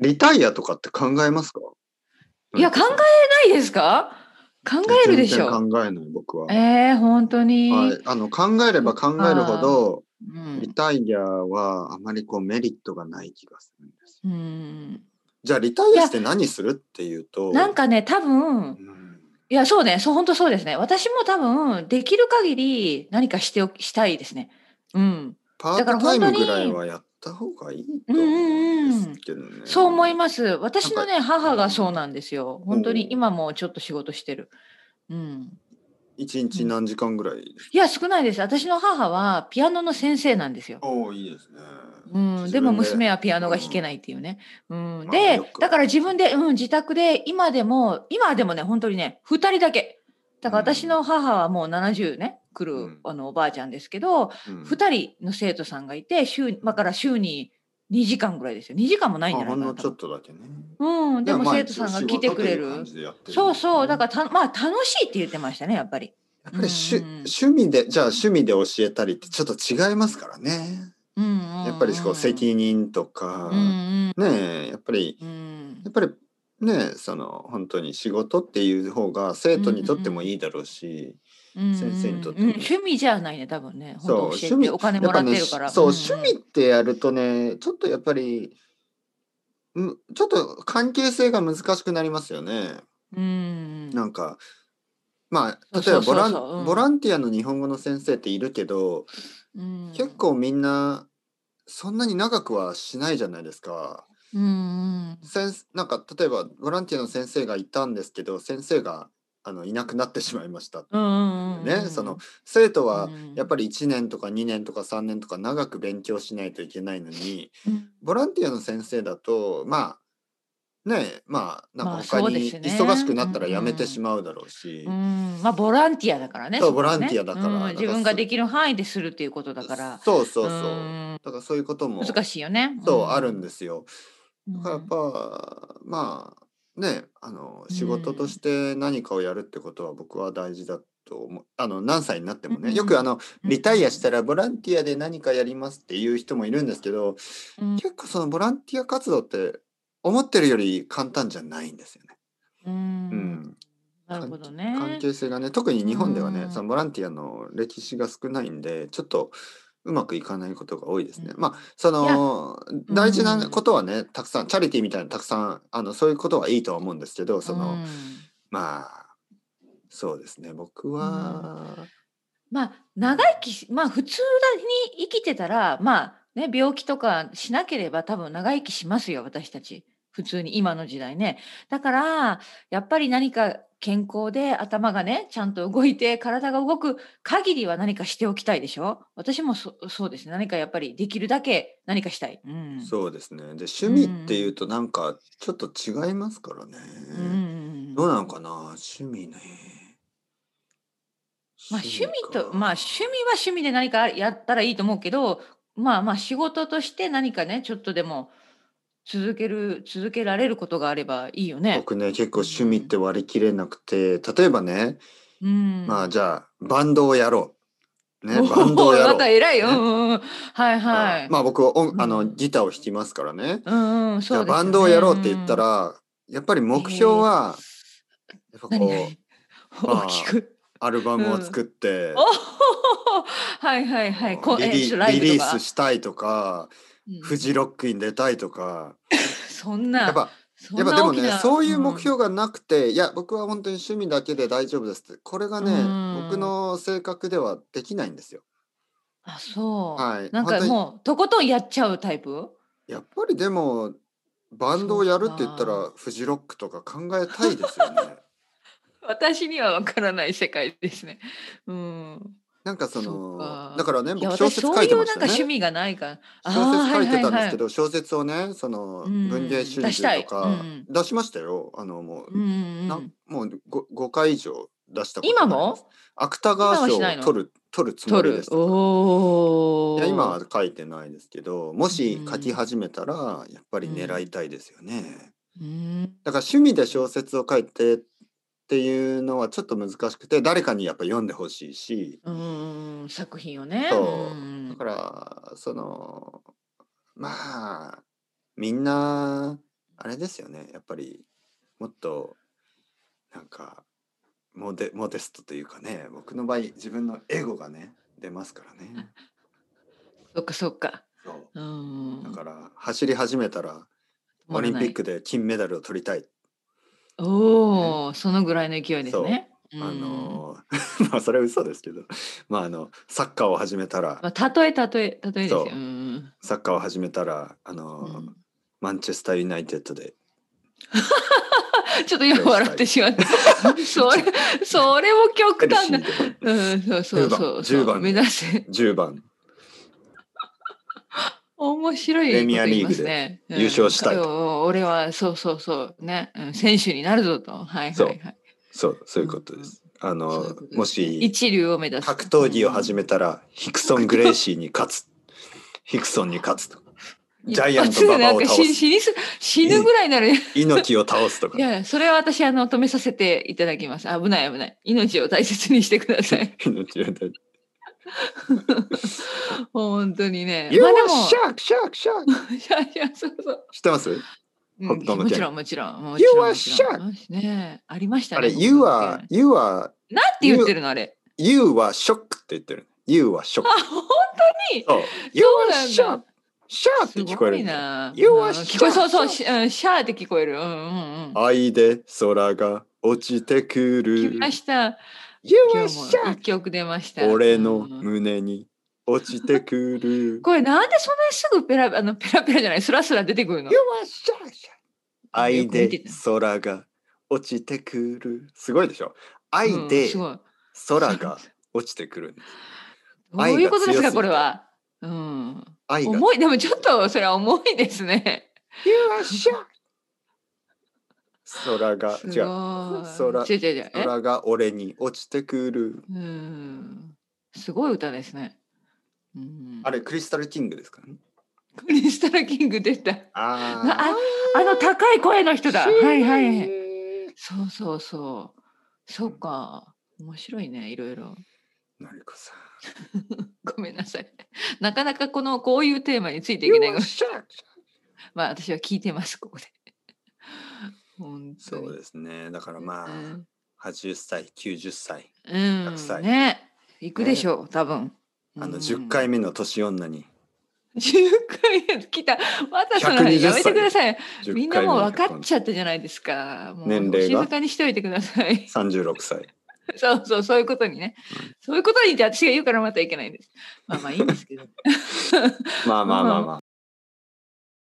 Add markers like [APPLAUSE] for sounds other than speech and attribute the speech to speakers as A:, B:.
A: リタイアとかって考えますか
B: いや、考えないですか考えるでし
A: 全
B: ょ。
A: 然考えない、僕は。
B: えー、本当に。
A: はい、あの考えれば考えるほど、
B: う
A: リ
B: ん
A: タイアはあまりこうメリットがない気がするんです。
B: うん。
A: じゃあ、リタイアして何するっていうと、
B: なんかね、多分
A: う、ん、
B: いや、そうね、そう、本当そうですね。私も多分、できる限り何かしておき、したいですね。うん。
A: パ
B: だ
A: ー
B: から
A: トタイ
B: 本当
A: ム
B: に
A: ぐらいはやった方がいいと思うんですけどね。
B: そう思い
A: ま
B: ます。私のね、母がそうなんですよ。本当
A: うん
B: に今もちょっと仕事してる。うん。
A: 一日何時間ぐらいです
B: いや、少ないです。私の母はピアノの先生なんですよ。
A: かおーいいですね。
B: うん、でも娘はピアノが弾け
A: ない。
B: ないっていうね。うん
A: まあ
B: で
A: よく、
B: だから自分で、うん、自宅で今でも、今でもね、本当にね、2人だけ。だから私の母はもう70ね、来る、
A: うん
B: あのおばあちゃんですけど、
A: うん
B: 2人の生徒さんがいて、週、まあ、から週に2時間ぐらいですよ。2時間もないんじ
A: あ
B: ゃない
A: ほ
B: か
A: んの
B: な
A: ち
B: と
A: ょっとだけね。
B: 思う。うん、でも
A: まあ
B: 生徒さんが来てく
A: 一応仕事と
B: れ
A: いう感
B: る。
A: じでやってる
B: そうそう、だ
A: ら。
B: からた、まあ楽しいって言ってましたね、やっぱり。
A: やっぱり趣,、
B: うんうん
A: 趣味で、じゃあ趣味で教えたりってちょっと違いますからね。
B: うんうんうん
A: やっぱりこう責任とか、
B: うん
A: ねえ、やっぱり、
B: うんうん
A: やっぱりねえ、その本当に仕事っていう方が生徒にとってもいいだろうし、
B: 先
A: 生にとって
B: うん
A: も
B: うん趣味じゃないね多分ね
A: そう
B: 本当教えて
A: 趣味
B: お金
A: や
B: も
A: っ
B: ら
A: ぱ
B: っ
A: ね、
B: てるから
A: そう、
B: んん
A: 趣味ってやるとね、ちょっとやっぱり、うんちょっと関係性が難しくなりますよね。
B: うん
A: なんか、まあ、例えば
B: そう
A: ボ
B: そう
A: ラ
B: そう
A: ン
B: そううん
A: ボランティアの日本語の先生っているけど、
B: うん
A: 結構みんなそんなに長くはしないじゃないですか。
B: うん
A: 先生なんか例えばボランティアの先生がいたんですけど先生があのいなくなってしまいました。
B: うんうんうん
A: ね、その生徒は
B: うん
A: やっぱり1年とか2年とか3年とか長く勉強しないといけないのに
B: うん
A: ボランティアの先生だとまあねえまあなん
B: まあ
A: か
B: そ
A: 他
B: うで
A: に
B: すね
A: 忙しくなったら辞めてしまうだろうし、
B: うんまあボランティアだからね
A: そう
B: こはね
A: ボランティアだから
B: うん
A: だから
B: 自分ができる範囲でするっていうことだから
A: そうそうそう、
B: うん
A: だからそういうことも
B: 難しいよね
A: そうあるんですよ。
B: うん
A: だからやっぱ、まあねあの
B: うん
A: 仕事として何かをやるってことは僕は大事だと思うあの何歳になっても
B: うんう
A: ね
B: ん
A: よくあの
B: うん
A: リタイアしたらボランティアで何かやりますっていう人もいるんですけど
B: うん
A: 結構そのボランティア活動って思ってるより簡単じゃないんですよね。
B: う
A: うんん、
B: なるほどね
A: 関係性がね特に日本ではね
B: うん
A: そのボランティアの歴史が少ないんでちょっとうまくいかないことが多いですね。まあその
B: や
A: 大事
B: う
A: なんことはねたくさんチャリティーみたいなのたくさんあのそういうことはいいとは思うんですけどその、
B: うん
A: まあそうですね僕は、
B: まあ長生きしまあ普通に生きてたらまあね病気とかしなければ多分長生きしますよ私たち普通に今の時代ねだからやっぱり何か健康で頭がねちゃんと動いて体が動く限りは何かしておきたいでしょ私もそそうですね何かやっぱりできるだけ何かしたい、うん、
A: そうですねで趣味っていうとなんかちょっと違いますからね、
B: うんうん
A: ど
B: うん
A: うなのかな趣味ね
B: まあ趣味
A: か
B: とまあ趣味は趣味で何かやったらいいと思うけどまあまあ仕事として何かねちょっとでも続ける続けられることがあればいいよね。
A: 僕ね結構趣味って割り切れなくて例えばね、
B: うん、
A: まあじ
B: ゃ
A: ゃあバンドをやろうね
B: [LAUGHS] おー
A: バンドをや
B: な
A: ろ
B: ん
A: う
B: か偉いよ。
A: ね
B: うんうん、はいはい。
A: まあ僕は音あ
B: う
A: の
B: ん
A: ギターを弾きますからね。
B: うんうん、
A: じ
B: そ
A: ゃ
B: う
A: あ
B: ですよ
A: バ
B: ね
A: ンドをやろうって言った、ら、やっぱり目標は、やっぱ
B: うん
A: こ
B: 何
A: う、
B: 々大きく。
A: アルバムを作って、
B: おお、はいはいはい。こう
A: リリ
B: えライ
A: リ
B: ブ
A: リ
B: と
A: ー
B: か
A: スしたいとか、
B: うん
A: フジロックに出たいとか、
B: そんな。
A: やっぱ、
B: そん
A: やっ
B: な
A: ぱでも
B: 大き
A: ね
B: な、
A: そういう目標がなくて、いや、僕は本当に趣味だけで大丈夫ですって、これがね、
B: うん
A: 僕の性格ではできないんですよ。
B: あ、そう。
A: はい
B: なん
A: 本
B: か
A: 当に
B: もうとことんやっちゃうタイプ。
A: やっぱりでも、バンドをやるって言った
B: そ
A: ら、フジロックとか考えたいですよね。 [LAUGHS]
B: 私にはわからない世界ですね。うん。
A: なんかそ
B: そう
A: の
B: か
A: だからね
B: いや
A: 僕小
B: 私
A: 説
B: そ
A: 書
B: うい
A: いて
B: う
A: ま
B: な
A: し
B: ん
A: たよ
B: か
A: ね
B: 趣味がないから。
A: 小説書いてたんですけ
B: ど。
A: ど、小説をねその
B: うん
A: 文芸春
B: 出した
A: 秋
B: い
A: とか
B: うん
A: 出しましたよ、あのもう、
B: うんうんう。
A: なんもう 5, 5回以上出したこと
B: 今
A: があります
B: も
A: 芥川賞
B: 今はしない
A: を
B: の
A: 取る取るつも
B: 撮
A: りで
B: る
A: す。
B: お
A: い
B: お。
A: や今は書いてないですけどもし
B: うん
A: 書き始めたらやっぱり狙いたいですよね、
B: うん。
A: だから趣味で小説を書いてっていうのはちょっと難しくて誰かにやっぱ読んでほしいし、
B: うんうん。作品をね。
A: そうんだからそのまあみんなあれですよねやっぱりもっとなんかモデモデストというかね僕の場合自分のエゴがね出ますからね
B: そっかそっか。
A: そううだ
B: ん。
A: から走り始めたらオリンピックで金メダルを取りたい、
B: おお、そのぐらいの勢いですね。
A: あ
B: うん
A: の [LAUGHS] まあそれは嘘ですけどまああのサッカーを始めたら
B: まあ、例え例え例えです
A: そ
B: よ。
A: う
B: うん
A: サッカーを始めたらあの、
B: うん
A: マンチェスターユナイテッドで
B: ちょっと今笑ってし
A: [LAUGHS]
B: まった。それ、それも極端な。うん、そうそうそう。
A: 10番10番
B: 目指せ。
A: 10番
B: 面白い
A: プレミ
B: こ
A: ア
B: と言
A: リー
B: いま
A: グ
B: すね。
A: 優勝したい
B: うん俺は、そうそうそう。ね、うん選手になるぞと。はいはいはい。
A: そうそういうことです。あの
B: そういうことですね
A: もし
B: 一流を目指す。
A: 格闘技を
B: め
A: 始めたら、ヒクソン・グレイシーに勝つヒクソンに勝つとジャイアント馬場を
B: [LAUGHS]
A: 倒す
B: 死死にす死ぬぐらいなら、い
A: 猪木を倒すとか
B: や、それは私、あの、止めさせていただきます。危ない危ない。命を大切にしてくださ
A: [LAUGHS]
B: い。
A: 猪木を倒す
B: 本当にね。
A: You
B: まあで
A: are shark
B: も
A: shark shark
B: いやいや、そうそう。
A: 知ってます
B: うん
A: ホットの
B: も
A: 件
B: ちろん、もちろん。も
A: You
B: ちろん
A: are
B: もちろんねありましたね。
A: あれ
B: ホッ
A: You
B: トの
A: are
B: 件
A: You are
B: なんて言ってるのあれ。
A: You はショックって言ってる You はショック
B: あ、ほん
A: そう You
B: そう
A: are
B: なん
A: shark
B: だ
A: shark って
B: す
A: 聞こえ
B: ご
A: る
B: い
A: んだよ
B: な。
A: You
B: うん
A: are
B: 聞こえそうそう、
A: sharp
B: しうんシャーって聞こえる。うんうんうん。
A: 愛で空が落ちてく
B: 来
A: る
B: ました。
A: You
B: 今
A: are
B: 日も
A: shark
B: 一曲出ました。
A: 俺の
B: うん
A: 胸に落ちてくる。
B: これなんでそんなにすぐペラあのペラペラじゃないスラスラ出てくるの
A: You are shy, shy. 愛
B: よく
A: で
B: 見てた
A: 空が落ちてくる。すごいでしょ愛
B: う
A: で
B: んすごい
A: 空が落ちてくるんです。
B: [LAUGHS] どういうことです
A: 愛が強すぎ
B: か
A: て
B: これは。うん。
A: 愛が。You
B: 重いでもちょっとそれは重いですね。
A: are shy. 空が、
B: すごい。
A: 違う。空
B: 違う違う違うえ
A: 空が俺に落ちてくる。
B: うん。すごい歌ですね。うん、
A: あれ、クリスタルキングですかね。
B: クリスタルキング出た。
A: あ
B: ああの高い声の
A: あ
B: 人だ。はいはい。そうそうそう。そうか。面白いね、いろいろ。 [LAUGHS]
A: のりこさん。
B: ごめんなさい。 [LAUGHS] なかなかこのこういうテーマについてい
A: You
B: けない
A: are
B: が、
A: shy.
B: [LAUGHS] まあ私は聞いてます、ここで。 [LAUGHS] 本当
A: そう
B: に。
A: ですね。だからま
B: う
A: あ
B: ん、
A: 80歳、90歳。
B: うん
A: 100歳
B: ね。行くでしょう、多分。
A: あの
B: うん
A: 10。回
B: [LAUGHS]
A: 目の年女に
B: 10回 [LAUGHS] 来た。またその
A: 120
B: やめてください。み
A: 10
B: んな
A: 回目
B: もう
A: の
B: 分かっちゃったじゃないですか。もう
A: 年齢が
B: お静かにしておいてください。 [LAUGHS]
A: 36歳
B: そうそう、そういうことにね。そういうことにって私が言うからまたいけないんです。まあまあいいんですけど。
A: まあまあまあまあ